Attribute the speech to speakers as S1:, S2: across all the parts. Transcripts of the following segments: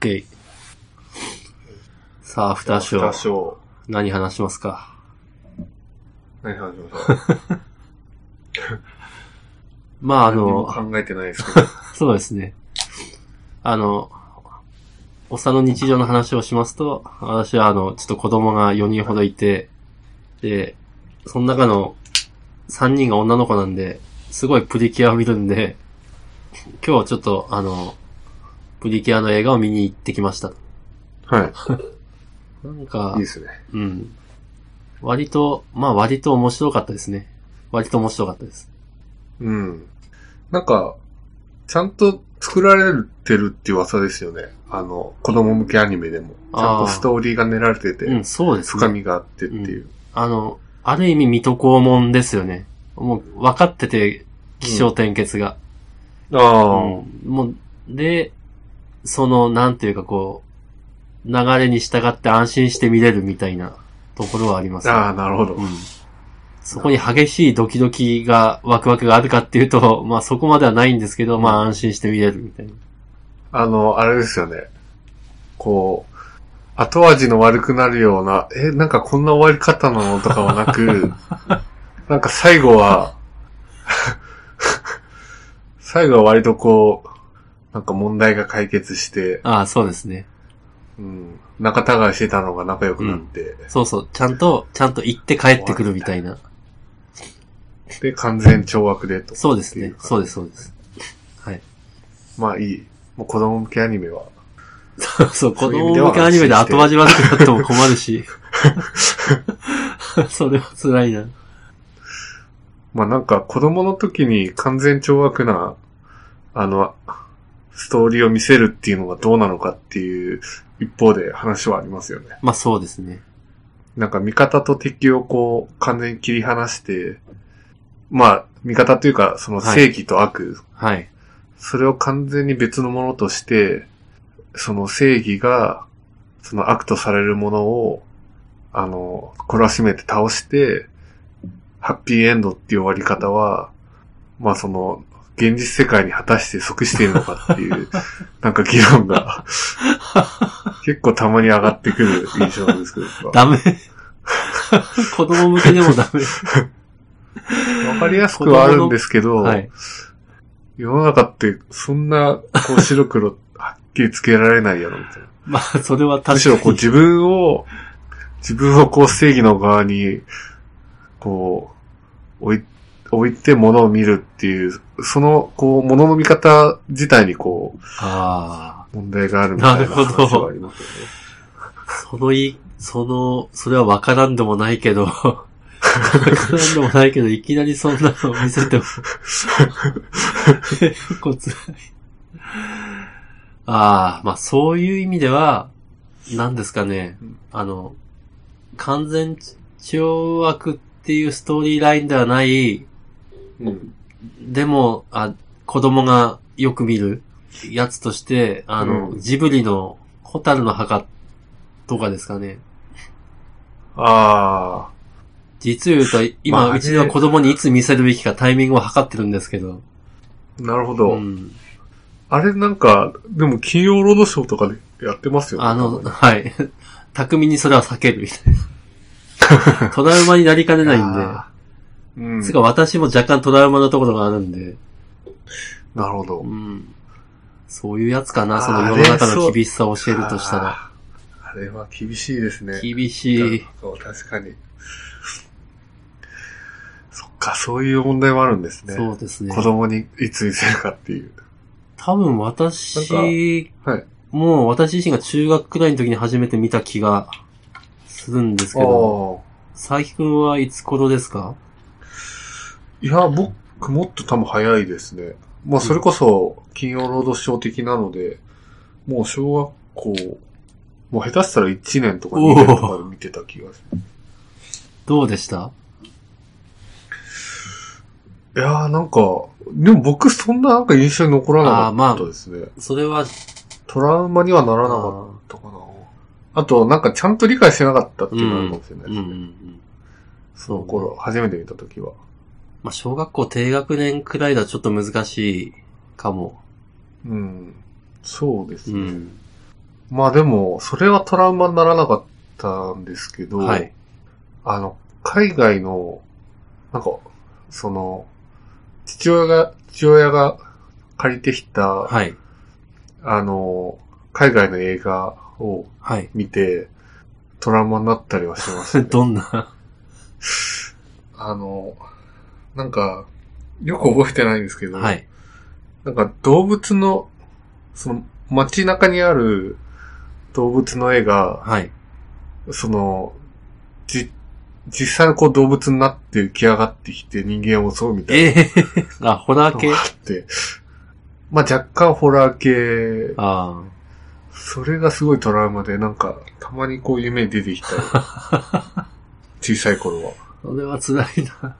S1: OK。さあ、アフターショ
S2: 多
S1: ー。
S2: 少。
S1: 何話しますか
S2: 何話しましょう。
S1: まあ、あ
S2: 何も
S1: の、
S2: 考えてないですけど。
S1: そうですね。あの、おっさんの日常の話をしますと、私はあの、ちょっと子供が4人ほどいて、で、その中の3人が女の子なんで、すごいプリキュアを見るんで、今日ちょっとあの、プリキュアの映画を見に行ってきました。
S2: は
S1: なんか
S2: いいで、すね。
S1: うん。割と、まあ割と面白かったですね。割と面白かったです。
S2: うん。なんか、ちゃんと作られてるっていう噂ですよね。あの、子供向けアニメでも。ちゃん
S1: あー
S2: とストーリーが練られてて、
S1: うん、そうです
S2: 深
S1: ね。
S2: みがあってっていう。
S1: あの、ある意味水戸黄門ですよね。もう分かってて、気象転結が。う
S2: ああ、
S1: んもう、で、その、なんていうかこう、流れに従って安心して見れるみたいなところはありますね、
S2: ああ、なるほど。
S1: うん。そこに激しいドキドキが、ワクワクがあるかっていうと、まあそこまではないんですけど、まあ安心して見れるみたいな。
S2: あの、あれですよね。こう、後味の悪くなるような、え、なんかこんな終わり方なのとかはなく、 なんか最後は、 最後は割とこう、なんか問題が解決して、
S1: ああ、そうですね。
S2: うん、仲違いしてたのが仲良くなって、
S1: そうそう。ちゃんと、ちゃんと行って帰ってくるみたいな。
S2: で、完全懲悪でと。
S1: そうです
S2: っ
S1: ね
S2: てい。感じ
S1: そうです、そうです。はい。
S2: まあいい。もう子供向けアニメは。
S1: そう、子
S2: そういう
S1: 供
S2: 意味では
S1: 向けアニメで後味悪くなっても困るし。 それは辛いな。
S2: まあなんか子供の時に完全懲悪な、あの、ストーリーを見せるっていうのがどうなのかっていう一方で話はありますよね。
S1: まあそうですね。
S2: なんか味方と敵をこう完全に切り離して、まあ味方というかその正義と悪、
S1: はい。
S2: それを完全に別のものとして、その正義がその悪とされるものを、あの、懲らしめて倒して、ハッピーエンドっていう終わり方は、まあその、現実世界に果たして即しているのかっ ていう、なんか議論が、結構たまに上がってくる印象なんですけど、僕は
S1: ダメ。 子供向けでもダメ。
S2: わかりやすくはあるんですけど、
S1: はい。
S2: 世の中ってそんな、こう白黒はっきりつけられないやろ、みたいな。
S1: まあ、それは
S2: むしろ
S1: 確
S2: こ
S1: か
S2: う
S1: に。
S2: 自分を、自分をこう正義の側に、こう、置い、置いて物を見るっていう、その、こう、物の見方自体にこう、
S1: あ
S2: 問題があるみたいな
S1: なる
S2: 話
S1: ほど
S2: はありますよね。
S1: あ。そのい、その、それはわからんでもないけど、わからんでもないけど、いきなりそんなの見せても、結構辛い。ああ、まあそういう意味では、なんですかね
S2: うん、
S1: あの、完全懲悪っていうストーリーラインではない、
S2: うん。
S1: でも、あ、子供がよく見るやつとして、あの、
S2: うん
S1: ジブリのホタルの墓とかですかね。
S2: ああ、
S1: 実を言うと、今、
S2: まあ
S1: うちの子供にいつ見せるべきかタイミングを測ってるんですけど。
S2: なるほど。
S1: ん。
S2: あれなんか、でも金曜ロードショーとかでやってますよね。
S1: あの、
S2: たま
S1: はい。 巧みにそれは避けるみたい な。トラウマになりかね
S2: に
S1: ないんで。
S2: あーうん。
S1: つうか私も若干トラウマなところがあるんで。
S2: なるほど
S1: う。ん。そういうやつかな、その
S2: あー
S1: 世の中の厳しさを教えるとしたら。
S2: あー。あれは厳しいですね。
S1: 厳しい。
S2: そう、確かに。そっか、そういう問題もあるんですね。
S1: そうですね。
S2: 子供にいつ見せるかっていう。
S1: 多分私、
S2: はい。
S1: もう私自身が中学くらいの時に初めて見た気がするんですけど、佐伯くんはいつ頃ですか
S2: いや、僕もっと多分早いですね。まあ、それこそ、金曜ロードショー的なので、もう小学校、もう下手したら1年とか2年とかで見てた気がする。
S1: どうでした
S2: いやーなんか、でも僕そんななんか印象に残らな
S1: あーま
S2: か
S1: あ
S2: ったですね。
S1: それは、
S2: トラウマにはならなかったかな。あと、なんかちゃんと理解してなかったっていうのがあるかもしれない
S1: うん
S2: で
S1: う
S2: す
S1: ん
S2: ね。
S1: うん。
S2: その頃、初めて見た時は。
S1: まあ、小学校低学年くらいだとちょっと難しいかも。
S2: うん。そうです
S1: う
S2: ね。
S1: ん。
S2: まあでも、それはトラウマにならなかったんですけど、
S1: はい。
S2: あの、海外の、なんか、その、父親が、父親が借りてきた、
S1: はい。
S2: あの、海外の映画を
S1: はい。。
S2: 見て、トラウマになったりはしました、ね
S1: どんな
S2: あの、なんか、よく覚えてないんですけど、
S1: はい。
S2: なんか動物の、その街中にある動物の絵が、
S1: はい。
S2: その、じ、実際のこう動物になって浮き上がってきて人間を襲うみたい
S1: ええあ、ホラ
S2: な
S1: ー
S2: の
S1: 系
S2: があって、まあ若干ホラー系、
S1: あ
S2: それがすごいトラウマで、なんか、たまにこう夢に出てきたり、小さい頃は。
S1: あ。それは辛いな。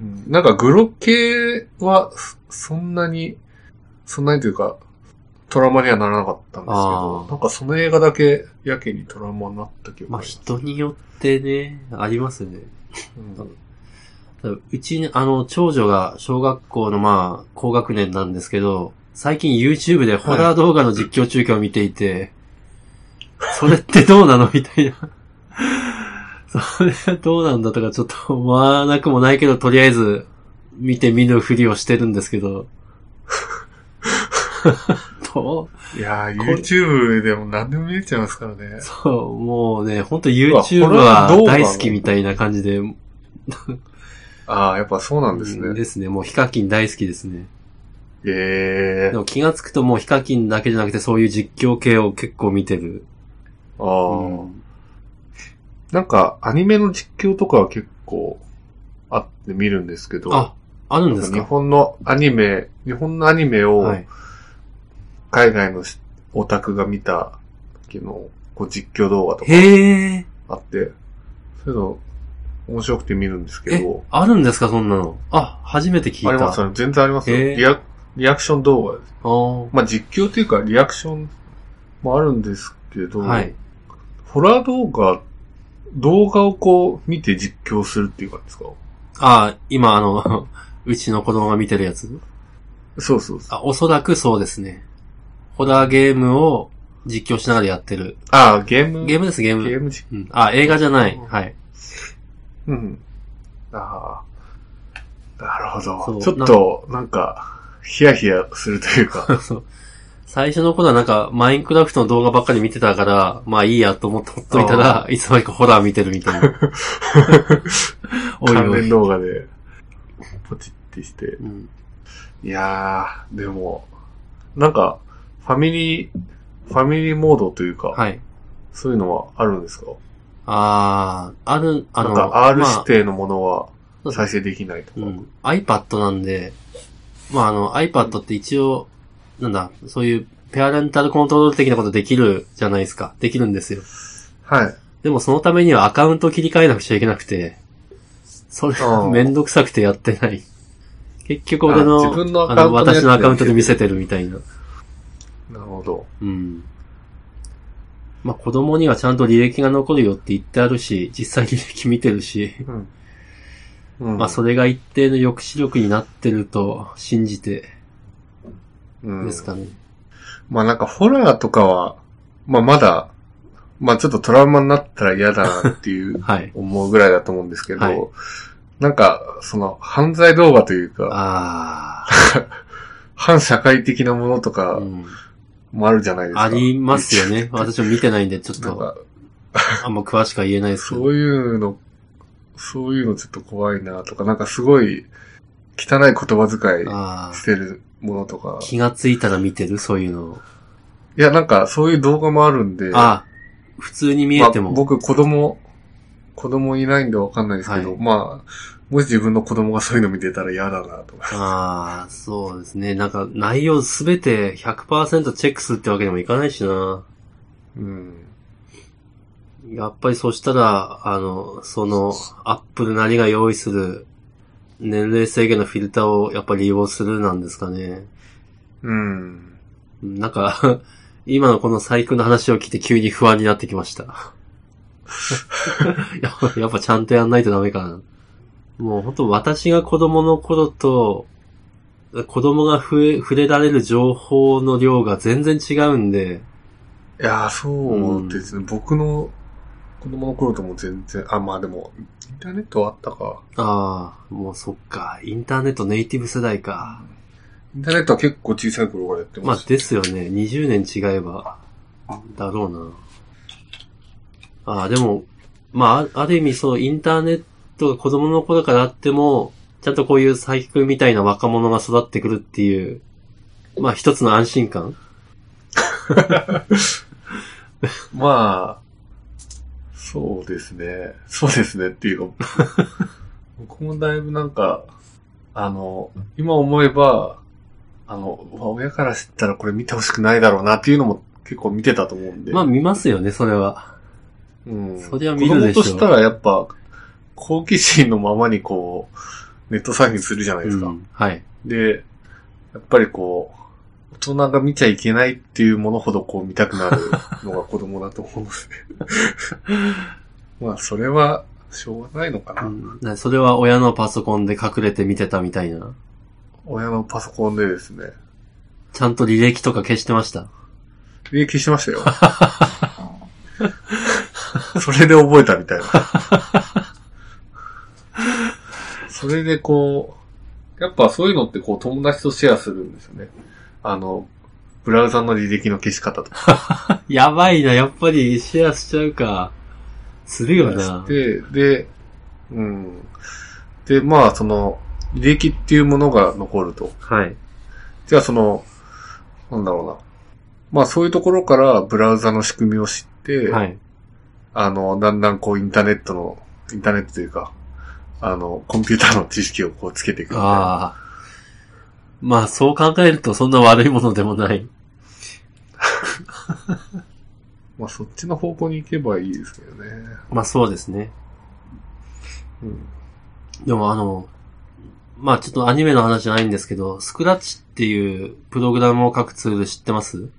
S2: うんなんかグロ系は、そそんなに、そんなにというか、トラウマにはならなかったんですけ
S1: あ
S2: ど
S1: ー、
S2: なんかその映画だけやけにトラウマになった記憶
S1: まあ
S2: りす
S1: 人によってね、ありますね。
S2: うん
S1: うちに、あの、長女が小学校のまあ、高学年なんですけど、最近 YouTube でホラー動画の実況中継を見ていて、それってどうなのみたいな。 それはどうなんだとかちょっと思わなくもないけど、とりあえず見て見ぬふりをしてるんですけど。 ど
S2: いやー、YouTube でも何でも見えちゃいますからね
S1: う。そう、もうね、ほんと
S2: わ
S1: YouTube
S2: ホラー動
S1: は
S2: 画
S1: 大好きみたいな感じで、
S2: ああ、やっぱそうなんです
S1: うん
S2: ね。
S1: ですね。もうヒカキン大好きですね。
S2: ええ
S1: でも気がつくともうヒカキンだけじゃなくてそういう実況系を結構見てる。
S2: ああ、
S1: うん
S2: なんか、アニメの実況とかは結構あって見るんですけど、
S1: あ、あるん
S2: な
S1: で
S2: んか
S1: す
S2: 日
S1: か
S2: 本のアニメ、日本のアニメを
S1: はい。
S2: 海外のしオタクが見た時のこう実況動画とか
S1: へえ、
S2: あって、そういうの面白くて見るんですけど、
S1: あるんですかそんなの。あ、初めて聞いた。
S2: あります
S1: あ
S2: よね。全然ありますよ
S1: へえ
S2: リア。リアクション動画です。
S1: ー
S2: まあ実況というかリアクションもあるんですけど、
S1: はい。
S2: ホラー動画、動画をこう見て実況するっていう感じですか
S1: あ、今あの、 うちの子供が見てるやつ。
S2: そうそうそう。
S1: あ、おそらくそうですね。ホラーゲームを実況しながらやってる。
S2: ああ、ゲーム、
S1: ゲームです、ゲーム。
S2: ゲーム実況。
S1: うん、あ、映画じゃない。はい。
S2: うん。ああ。なるほ
S1: そう
S2: ど。ちょっと、なんか、ヒヤヒヤするというか。
S1: そう。最初の頃はなんか、マインクラフトの動画ばっかり見てたから、まあいいやと思ってほっといたら、いつまにかホラー見てるみたい な。おい
S2: 関
S1: お
S2: 連
S1: い。
S2: 動画で、ポチってして。
S1: うん
S2: いやー、でも、なんか、ファミリー、ファミリーモードというか、
S1: はい。
S2: そういうのはあるんですか
S1: あー、ある、あ
S2: なん
S1: の、
S2: か R
S1: まあ
S2: 指定のものは
S1: そう
S2: 再生できないとか。
S1: うん。iPad なんで、まああの、iPad って一応、なんだ、そういうペアレンタルコントロール的なことできるじゃないですか。できるんですよ。
S2: はい。
S1: でもそのためにはアカウント切り替えなくちゃいけなくて、それ
S2: あ
S1: が
S2: ー
S1: めんどくさくてやってない。結局俺
S2: あ
S1: の、
S2: 自分のア
S1: あ
S2: カウン
S1: の、
S2: トのやつ
S1: 私のアカウントで見せてるみたいな。
S2: なるほど。
S1: うん。まあ子供にはちゃんと履歴が残るよって言ってあるし、実際履歴見てるし、
S2: うん。うん。
S1: まあそれが一定の抑止力になってると信じて
S2: うん
S1: ですかね。
S2: まあなんかホラーとかは、まあまだ、まあちょっとトラウマになったら嫌だなっ ていう
S1: はい。
S2: 思うぐらいだと思うんですけど、
S1: はい
S2: なんかその犯罪動画というか、
S1: あ
S2: 反社会的なものと
S1: あ、
S2: か
S1: うん。
S2: もあるじゃないですか。
S1: ありますよね。私も見てないんで、ちょっ
S2: なん
S1: と、
S2: か
S1: あんま詳しくは言えないですけど。
S2: そういうの、そういうのちょっと怖いなとか、なんかすごい汚い言葉遣い
S1: ああ
S2: してるものとか、
S1: 気がついたら見てるそういうのを。
S2: いやなんかそういう動画もあるんで、
S1: ああ、普通に見えて
S2: まあ、
S1: も。
S2: 僕子供、子供いないんでわかんないですけど、
S1: はい
S2: まあ、もし自分の子供がそういうの見てたら嫌だなとか。
S1: ああ、そうですね。なんか内容すべて100%チェックするってわけにもいかないしな。
S2: うん。
S1: やっぱりそしたら、あの、その、アップルなりが用意する年齢制限のフィルターをやっぱり利用するなんですかね。
S2: うん。
S1: なんか、 今のこの細工の話を聞いて急に不安になってきました。やっぱやっぱちゃんとやんないとダメかな。もう本当私が子供の頃と、子供が触れ触れられる情報の量が全然違うんで、
S2: いやー、そうですね。僕の子供の頃とも全然、あ、まあでも、インターネットはあったか。
S1: ああ、もうそっか。インターネットネイティブ世代か。
S2: インターネットは結構小さい頃からやって
S1: ま
S2: ま
S1: あ
S2: した。
S1: ですよね。20年違えば、だろうな。ああ、でも、まあ、あある意味そう、インターネットが子供の頃からあっても、ちゃんとこういう佐伯くんみたいな若者が育ってくるっていう、まあ一つの安心感
S2: まあ、そうですね。そうですねっ ていうか、僕もだいぶなんか、あの、今思えば、あの、うわ親から知ったらこれ見てほしくないだろうなっていうのも結構見てたと思うんで。
S1: まあ見ますよね、それは。
S2: うん。
S1: そりゃ見るでしょ
S2: 子供としたらやっぱ、好奇心のままにこう、ネットサーフィンするじゃないですか。
S1: うんはい。
S2: で、やっぱりこう、大人が見ちゃいけないっていうものほどこう見たくなるのが子供だと思うんですね。まあ、それは、しょうがないのかな。
S1: うんそれは親のパソコンで隠れて見てたみたいな。
S2: 親のパソコンでですね。
S1: ちゃんと履歴とか消してました。
S2: 利益してましたよ。それで覚えたみたいな。それでこう、やっぱそういうのってこう友達とシェアするんですよね。あの、ブラウザの履歴の消し方とか。
S1: やばいな、やっぱりシェアしちゃうか。するよな。
S2: で、で、うん。で、まあその、履歴っていうものが残ると。
S1: はい。
S2: じゃあその、なんだろうな。まあそういうところからブラウザの仕組みを知って、
S1: はい。
S2: あの、だんだんこうインターネットの、インターネットというか、あの、コンピューターの知識をこうつけていくみたいな
S1: ああ。まあ、そう考えるとそんな悪いものでもない。
S2: まあそっちの方向に行けばいいですけどね。
S1: まあ、そうですね。
S2: うん。
S1: でも、あの、まあ、ちょっとアニメの話じゃないんですけど、スクラッチっていうプログラムを書くツール知ってます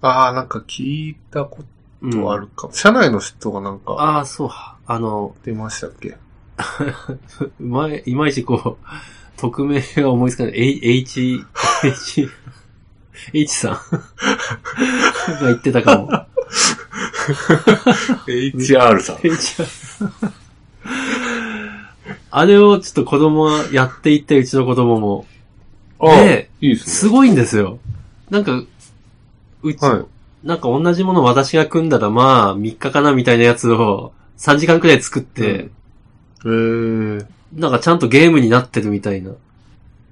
S2: ああ、なんか聞いたこ
S1: う
S2: と
S1: ん。
S2: あるかも。社内の人がなんか
S1: ああ、そう。あの、
S2: 出ましたっ
S1: う
S2: け
S1: まい、いまいちこう、 匿名が思いつかない。H、H、H、H さん が言ってたかも。
S2: ?HR さん。
S1: あれをちょっと子供がやっていって、うちの子供も。
S2: ああ、
S1: で
S2: いいです
S1: す
S2: ね。
S1: ごいんですよ。なんか、うち、
S2: は
S1: なんか同じもの私が組んだらまあ3日かなみたいなやつを3時間くらい作って、
S2: い。へえ。
S1: なんかちゃんとゲームになってるみたいな。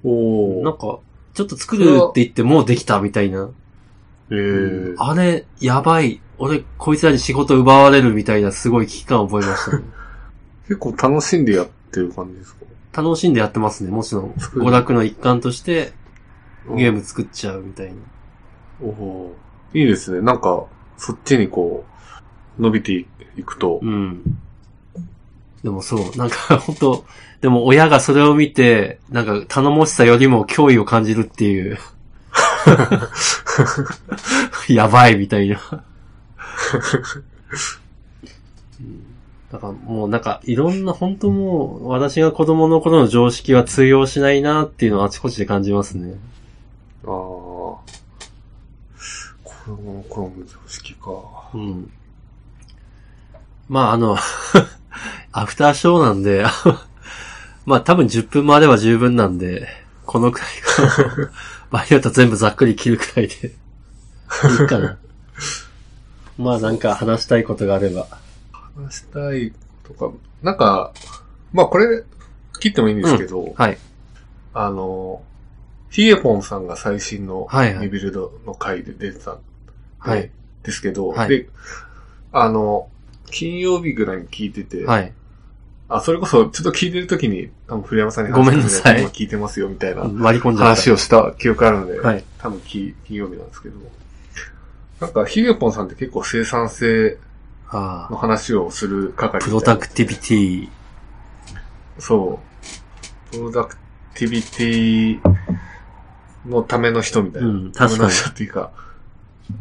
S2: お
S1: なん
S2: お。
S1: か、ちょっと作るって言ってもうできたみたいな。
S2: へえ。
S1: あれ、やばい。俺、こいつらに仕事奪われるみたいなすごい危機感を覚えましたね。
S2: 結構楽しんでやってる感じですか
S1: 楽しんでやってますね。もちろん、
S2: 作る
S1: 娯楽の一環としてゲー
S2: ム。
S1: ム作っちゃうみたいな。
S2: おおー。いいですね。なんか、そっちにこう、伸びていくと。
S1: うん。でもそう、なんか 本当でも親がそれを見て、なんか頼もしさよりも脅威を感じるっていう。 やばいみたいな。うんだからもうなんかいろんな、本当もう私が子供の頃の常識は通用しないなっていうのをあちこちで感じますね。
S2: ああ。子供の頃の常識か。
S1: うん。まああの、 アフターショーなんで、 まあ多分10分もあれば十分なんで、このくらいか な。バイオと全部ざっくり切るくらいで、いいかな。 まあなんか話したいことがあれば。
S2: 話したいとか、なんか、まあこれ、切ってもいいんですけど、
S1: はい。
S2: あの、ヒエポンさんが最新の
S1: はいはい
S2: リビルドの回で出てたん
S1: はい。
S2: ですけど、
S1: はい
S2: で、あの、金曜日ぐらいに聞いてて、
S1: はい。
S2: あ、それこそちょっと聞いてる時に、多分古山さんに
S1: ごめんなさい
S2: 今聞いてますよみたいな
S1: 割り込んじゃった。
S2: 話をした記憶あるので、
S1: はい。
S2: 多分き金曜日なんですけど、なんかヒゲポンさんって結構生産性
S1: あ
S2: の
S1: あ。
S2: 話をする係
S1: プ
S2: み
S1: ロ
S2: たい
S1: ダ
S2: な
S1: クティビティ。
S2: そう。プロダクティビティのための人みたいな。
S1: うん確かに
S2: ための人っていうか、うん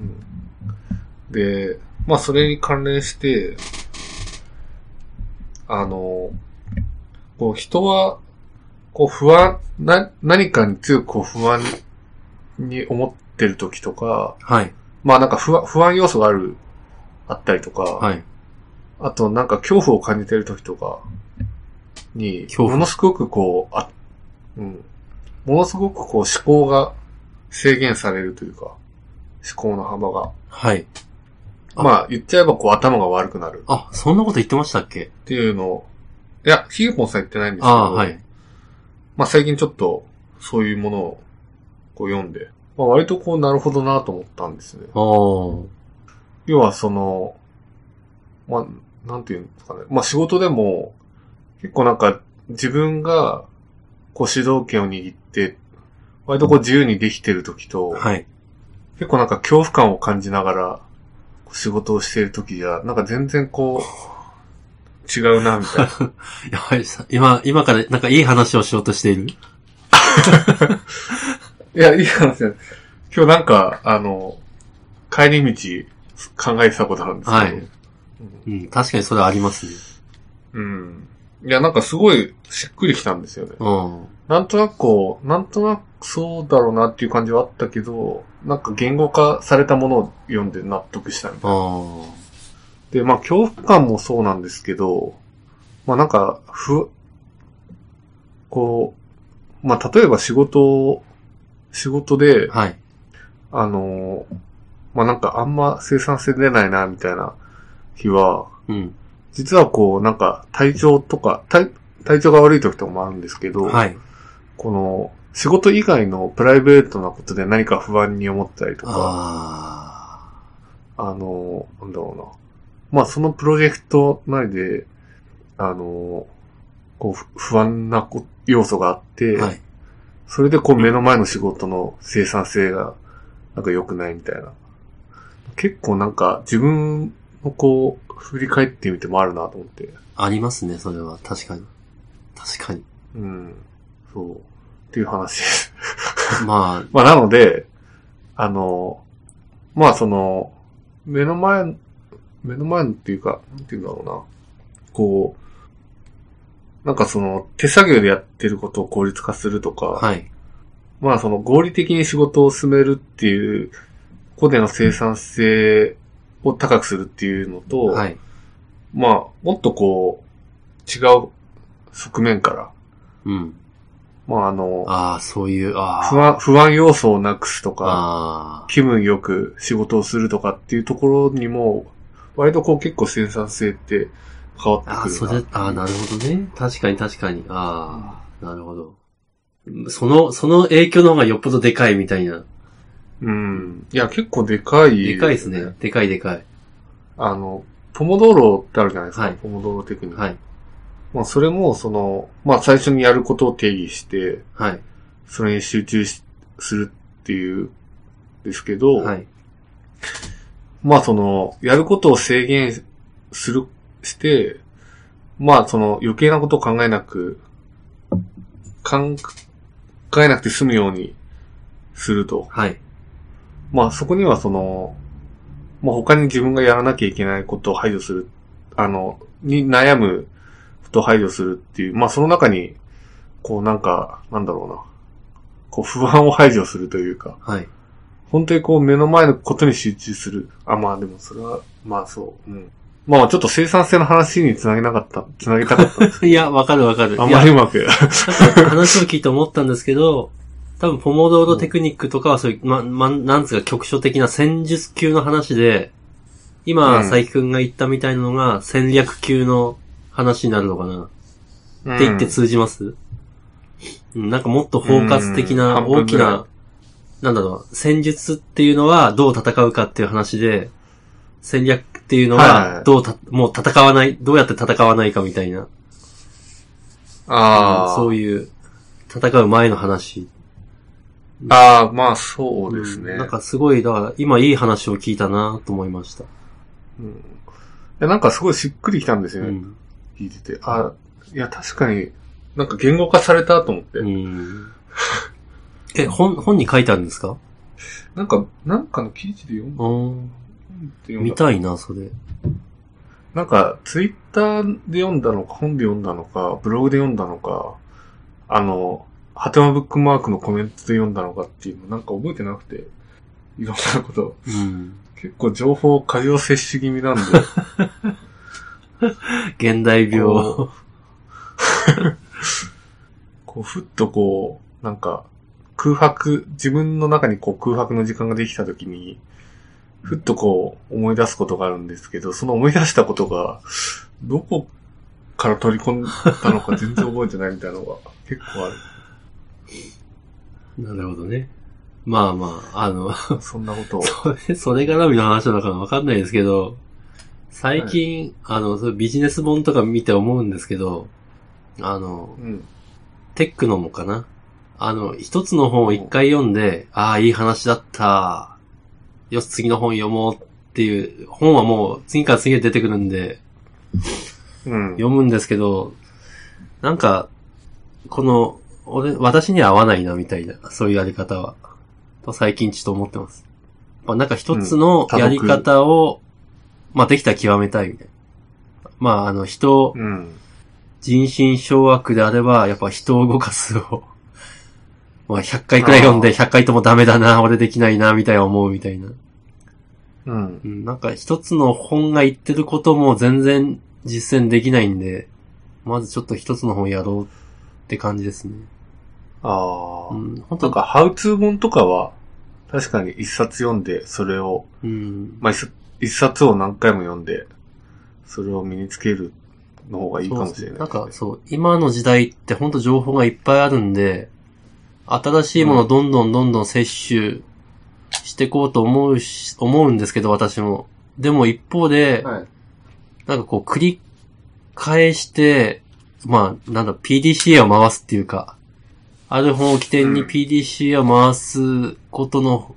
S2: で、まあそれに関連して、あの、こう人は、こう不安、な、何かに強くこう不安に思ってる時とか、
S1: はい。
S2: まあなんか不安不安要素がある、あったりとか、
S1: はい。
S2: あとなんか恐怖を感じてる時とかに、
S1: 恐怖
S2: ものすごくこう、あ、うん。ものすごくこう思考が制限されるというか、思考の幅が。
S1: はい。あ
S2: まあ言っちゃえばこう頭が悪くなる
S1: あ、そんなこと言ってましたっけ
S2: っていうのを、いや、ヒーポンさん言ってないんですけど、
S1: ああー、はい。
S2: まあ最近ちょっとそういうものをこう読んで、まあ割とこうなるほどなと思ったんですね。
S1: おー。
S2: 要はその、まあ、なんていうんですかね。まあ仕事でも、結構なんか自分がこう主導権を握って、割とこう自由にできてる時と、
S1: はい。
S2: 結構なんか恐怖感を感じながらこう仕事をしている時じゃ、なんか全然こう、違うな、み たいな。
S1: やばいさ、今、今からなんかいい話をしようとしている
S2: いや、いい話だ。今日なんか、あの、帰り道考えてたことあるんですけど、
S1: はいうん、確かにそれありますね。
S2: うん。いや、なんかすごいしっくりきたんですよね。
S1: うん。
S2: なんとなくこう、なんとなくそうだろうなっていう感じはあったけど、なんか言語化されたものを読んで納得したみたいな。
S1: あ
S2: で、まあ恐怖感もそうなんですけど、まあなんか、ふ、こう、まあ例えば仕事を、仕事で
S1: あ。、はい。
S2: あの、まあなんかあんま生産性出ないなみたいな日は、
S1: うん。
S2: 実はこうなんか体調とか、体体調が悪い時とかもあるんですけど、
S1: はい。
S2: この、仕事以外のプライベートなことで何か不安に思ったりとか、
S1: あ
S2: あの、なんだろうな。まあ、そのプロジェクト内で、あの、こう、ふ不安なこ要素があって、
S1: あ。はい。
S2: それでこう目の前の仕事の生産性が、なんか良くないみたいな。結構なんか自分のこう、振り返ってみてもあるなと思って。
S1: ありますね、それは。確かに。確かに。
S2: うん。そう。っていう話です。
S1: ま
S2: まあ、なので、あの、まあ、その、目の前、目の前っていうか、なんていうんだろうな。こう、なんかその、手作業でやってることを効率化するとか、
S1: あ、はい。
S2: まあ、その、合理的に仕事を進めるっていう、個での生産性を高くするっていうのと、
S1: はい。
S2: まあ、もっとこう、違う側面から、
S1: うん。
S2: まあ、あの、
S1: ああ、そういう、あ
S2: 不
S1: あ。
S2: 安、不安要素をなくすと
S1: あ
S2: か、気分よく仕事をするとかっていうところにも、割とこう結構生産性って変わって
S1: あ。あ
S2: く
S1: あ、
S2: る
S1: そ
S2: な。
S1: れ、ああ、なるほどね。確かに確かに。ああ、なるほど。その、その影響の方がよっぽどでかいみたいな。
S2: うん。いや、結構でかい、
S1: でかいですね。。でかいでかい。
S2: あの、ポモドーロってあるじゃないですか。
S1: はい
S2: ポモドーロテクニック。
S1: はい。
S2: まあ、それも、その、まあ、最初にやることを定義して、
S1: はい。
S2: それに集中しするっていうんですけど、
S1: はい。
S2: まあ、その、やることを制限する、して、まあ、その、余計なことを考えなく、考えなくて済むようにすると。
S1: はい。
S2: まあ、そこにはその、まあ、他に自分がやらなきゃいけないことを排除する、あの、に悩むことを排除するっていう、まあ、その中に、こう、なんか、なんだろうな、こう、不安を排除するというか、
S1: はい。
S2: 本当にこう目の前のことに集中する。あ、まあでもそれは、まあそう。うん。まあちょっと生産性の話につなげなかった、つなげたかったんです
S1: いや、わかるわかる。
S2: あん
S1: いや
S2: まりうまく。
S1: なんか話を聞いて思ったんですけど、多分ポモドーロテクニックとかはそういう、ま、ま、なんつうか局所的な戦術級の話で、今、
S2: うん
S1: 佐伯くんが言ったみたいなのが戦略級の話になるのかな、って言って通じます、うん、なんかもっと包括的
S2: うん
S1: な
S2: 半分
S1: 大き
S2: ぐらい
S1: な、なんだろう、戦術っていうのはどう戦うかっていう話で、戦略っていうの
S2: はいはいは
S1: はいどうた、もう戦わない、どうやって戦わないかみたいな。
S2: ああ、
S1: そういう、戦う前の話。
S2: ああ、まあそうですね。
S1: んなんかすごい、だから今いい話を聞いたなと思いました。
S2: うん、いやなんかすごいしっくりきたんです
S1: う
S2: よね。
S1: ん。
S2: 聞いてて。あいや確かに、なんか言語化されたと思って。
S1: うん。え、本、本に書いてあるんですか
S2: なんか、なんかの記事で読んだ
S1: うん。
S2: 読んだ
S1: 見たいな、それ。
S2: なんか、ツイッターで読んだのか、本で読んだのか、ブログで読んだのか、あの、ハテマブックマークのコメントで読んだのかっていうの、なんか覚えてなくて、いろんなこと。
S1: うん。
S2: 結構情報過剰摂取気味なんで。
S1: 現代病。
S2: ここう、ふっとこう、なんか、空白、自分の中にこう空白の時間ができたときに、ふっとこう思い出すことがあるんですけど、その思い出したことが、どこから取り込んだのか全然覚えてないみたいなのが結構あ
S1: なるほどね。まあまあ、あの、
S2: る。そんなことを。
S1: それ、それ絡みの話なのかわかんないですけど、最近、あの、それビジネス本とか見て思うんですけど、あの
S2: う、ん。
S1: テックのもかなあの、一つの本を一回読んで、ああ、いい話だった。よし、次の本読もうっていう、本はもう次から次へ出てくるんで、
S2: うん。
S1: 読むんですけど、なんか、この、俺、私には合わないな、みたいな、そういうやり方は。と最近ちょっと思ってます。まあ、なんか一つの
S2: うん
S1: やり方を、まあ、できたら極めたい、みたいな。まあ、あの、人を、
S2: うん。
S1: 人心掌握であれば、やっぱ人を動かすを、 まあ、100回くらい読んで、
S2: あ
S1: 100回ともダメだな、俺できないな、みたいな思う、みたいな。
S2: うん
S1: う。ん、なんか一つの本が言ってることも全然実践できないんで、まずちょっと一つの本やろうって感じですね。
S2: ああ、
S1: うん、本当
S2: なんか、ハウツー本とかは、確かに一冊読んで、それを、
S1: うん。
S2: まあ、一冊一冊を何回も読んで、それを身につけるの方がいいかもしれ
S1: そ
S2: ないですね、
S1: うなんかそう、今の時代って本当情報がいっぱいあるんで、新しいものをどんどんどんどん摂取していこうと思うし、思うんですけど私も。でも一方で、
S2: はい。
S1: なんかこう繰り返して、まあ、なんだ、PDCA を回すっていうか、ある本を起点に
S2: うん
S1: PDCA を回すことの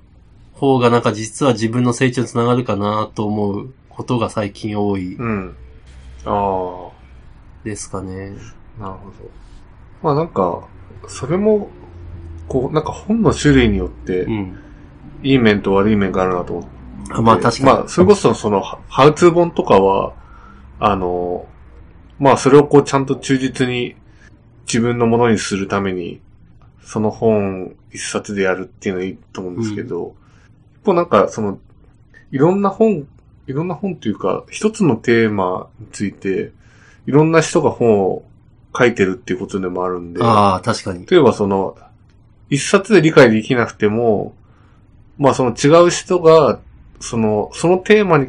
S1: 方がなんか実は自分の成長につながるかなと思うことが最近多い
S2: うん。ああ、
S1: ですかね。
S2: なるほど。まあなんか、それも、こう、なんか本の種類によって
S1: う、ん。
S2: いい面と悪い面があるなと思って。
S1: あまあ確かに。
S2: まあ、それこそその、ハハウツー本とかは、あの、まあそれをこうちゃんと忠実に自分のものにするために、その本一冊でやるっていうのはいいと思うんですけど、一方なんかその、いろんな本、いろんな本というか、一つのテーマについて、いろんな人が本を書いてるっていうことでもあるんで、
S1: ああ、確かに。
S2: 例えばその、一冊で理解できなくても、まあその違う人が、その、そのテーマに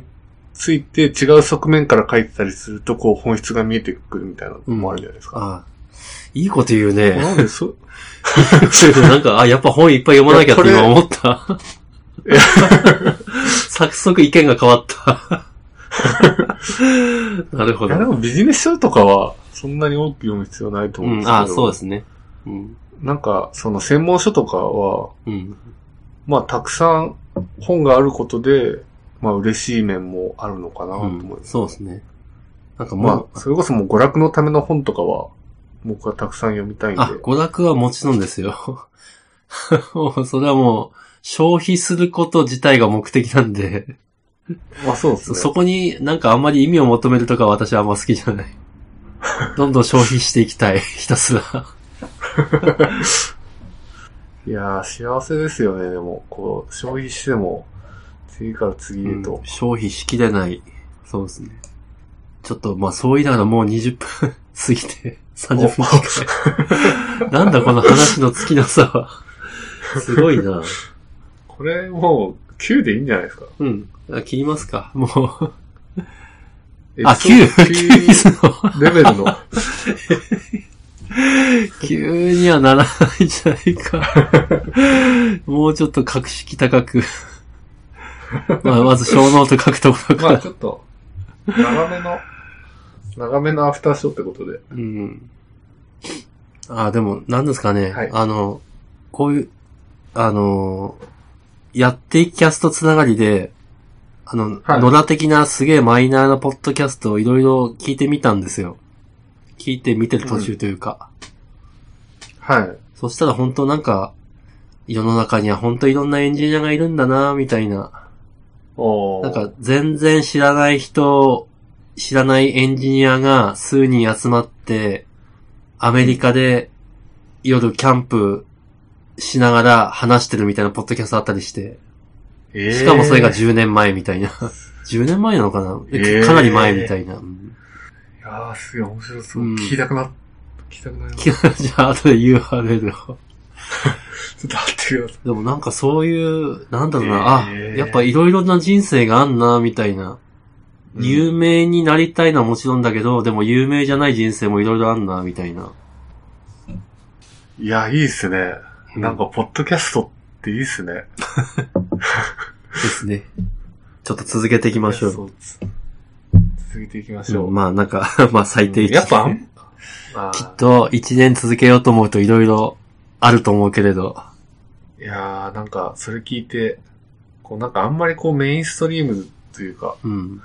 S2: ついて違う側面から書いてたりすると、こう本質が見えてくるみたいなのもあるじゃないですか。
S1: ああ。いいこと言うね。
S2: なので、そ、い
S1: なんか、あ、やっぱ本いっぱい読まなきゃって
S2: いや
S1: 今
S2: これ
S1: 思った。
S2: や
S1: 早速意見が変わ った。なるほど
S2: や、で。もビジネス書とかは、そんなに多く読む必要ないと思うん
S1: う
S2: です
S1: ん、
S2: けど。
S1: あそうですね。うん。
S2: なんか、その専門書とかは、
S1: うん。
S2: まあたくさん本があることで、まあ嬉しい面もあるのかなと
S1: う
S2: 思い
S1: ん
S2: ます。
S1: そうですね。なんか
S2: ま
S1: も
S2: あ、それこそもう娯楽のための本とかは、僕はたくさん読みたいん
S1: う、
S2: で。
S1: あ、娯楽はもちろんですよ。 もうそれはもう、消費すること自体が目的なんで、
S2: まあそうですね。
S1: そこになんかあんまり意味を求めるとか私はあんま好きじゃ ない。どんどん消費していきたい、 ひたすら。
S2: いやー、幸せですよね、でも。こう、消費しても、次から次へと。
S1: 消費しきれない。そうですね。ちょっと、まあ、そう言いながらもう20分 過ぎて、30分近い。 なんだこの話の尽きなさは。 すごいな。
S2: これもう、9でいいんじゃないですか。
S1: うん。あ切りますか。もう。
S2: え
S1: あ、9、9にす の。
S2: 9レベルの。
S1: 9にはならないんじゃない か。もうちょっと格式高く。まあ、まず小ノート書くところか
S2: まあ
S1: ら。
S2: ちょっと、長めの、長めのアフターショーってことで。
S1: うん。あ、でも、なんですかね。
S2: はい
S1: あの、こういう、あの、やっていきキャストつながりで、あの、
S2: はい
S1: 野田的なすげえマイナーなポッドキャストをいろいろ聞いてみたんですよ。聞いて見てる途中というか。
S2: はい。
S1: そしたら本当なんか、世の中には本当いろんなエンジニアがいるんだなみたいな。
S2: お
S1: なんか、全然知らない人、知らないエンジニアが数人集まって、アメリカで夜キャンプしながら話してるみたいなポッドキャストあったりして、
S2: え
S1: しかもそれが
S2: い
S1: 10年前みたいな。10年前なのかな、え
S2: えー
S1: かなり前みたいな。うん
S2: やー、すごい面白そう。
S1: うん
S2: 聞きたくな、聞きたくなりま す
S1: じゃあ、後で URL を。
S2: ちょっと待ってくださ
S1: でもなんかそういう、なんだろうな、
S2: えー
S1: あ、やっぱいろいろな人生があんな、みたいな。
S2: い。
S1: 有名になりたいのはもちろんだけど、でも有名じゃない人生もいろいろあんな、みたいな。
S2: いや、いいっすね。
S1: うん
S2: なんか、ポッドキャストっていいっすね。
S1: ですね。ちょっと続けていきましょう。
S2: そうです続けていきまし
S1: う
S2: ょう。
S1: んまあなんか 、まあ最低一年
S2: やっぱ、あ
S1: き
S2: ー
S1: っと一年続けようと思うといろいろあると思うけれど。
S2: いやー、なんか、それ聞いて、こう、なんかあんまりこう、メインストリームというか、
S1: うん。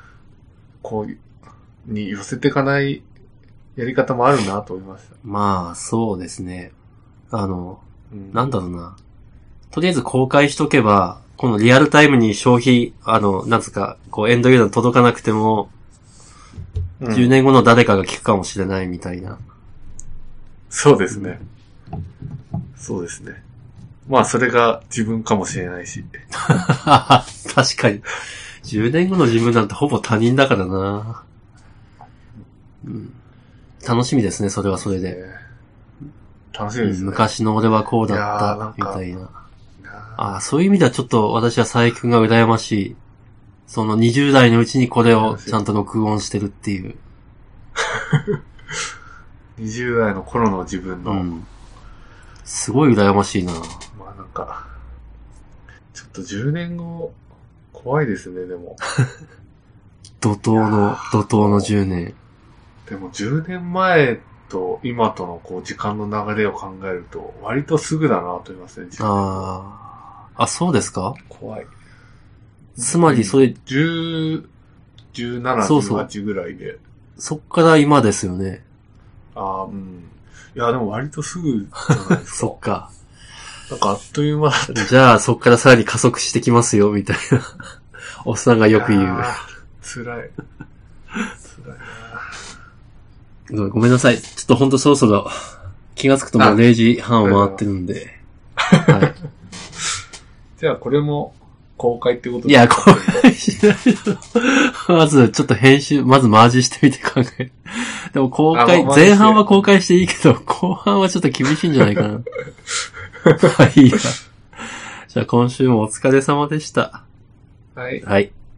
S2: こう、に寄せていかないやり方もあるなと思いました。
S1: まあ、そうですね。あの、
S2: うん
S1: なんだろうな。とりあえず公開しとけば、このリアルタイムに消費、あの、なんつうか、こうエンドユーザーに届かなくても、
S2: うん
S1: 10年後の誰かが聞くかもしれないみたいな。
S2: そうですね。そうですね。まあ、それが自分かもしれないし。
S1: 確かに。10年後の自分なんてほぼ他人だからな。うん、楽しみですね、それはそれで。
S2: えー楽しみですね。
S1: 昔の俺はこうだっ
S2: いやー
S1: た、
S2: なん
S1: み
S2: か
S1: たいな。ああ、そういう意味ではちょっと私は佐伯くんが羨ましい。その20代のうちにこれをちゃんと録音してるっていう。
S2: 20代の頃の自分
S1: う
S2: の、
S1: ん。すごい羨ましいな。
S2: まあなんか、ちょっと10年後、怖いですね、でも。
S1: 怒涛の、怒涛の10年。
S2: でも10年前と今とのこう時間の流れを考えると、割とすぐだなと思いますね、10年
S1: ああ。あ、そうですか
S2: 怖い。
S1: つまり、それ、
S2: 10、17、
S1: そうそう
S2: 18ぐらいで。
S1: そっから今ですよね。
S2: ああ、うん。いや、でも割とすぐじゃない です
S1: そ
S2: か
S1: っ。か。
S2: なんかあっという間だ
S1: じゃあ、そっからさらに加速してきますよ、みたいな。 おっさんがよく言
S2: あー辛い。辛いな
S1: う。ごめんなさい。ちょっとほんとそろそろ、気がつくともう0時半を回ってるんで。 は
S2: じゃあこれも公開ってこと
S1: い。いや、これしないと。まず、ちょっと編集、まずマージしてみて考える。でも公
S2: あ
S1: 開、
S2: まあ
S1: 前半は公開していいけど、後半はちょっと厳しいんじゃないか な。はい。いいやじゃあ今週もお疲れ様でした。
S2: はい。
S1: はい。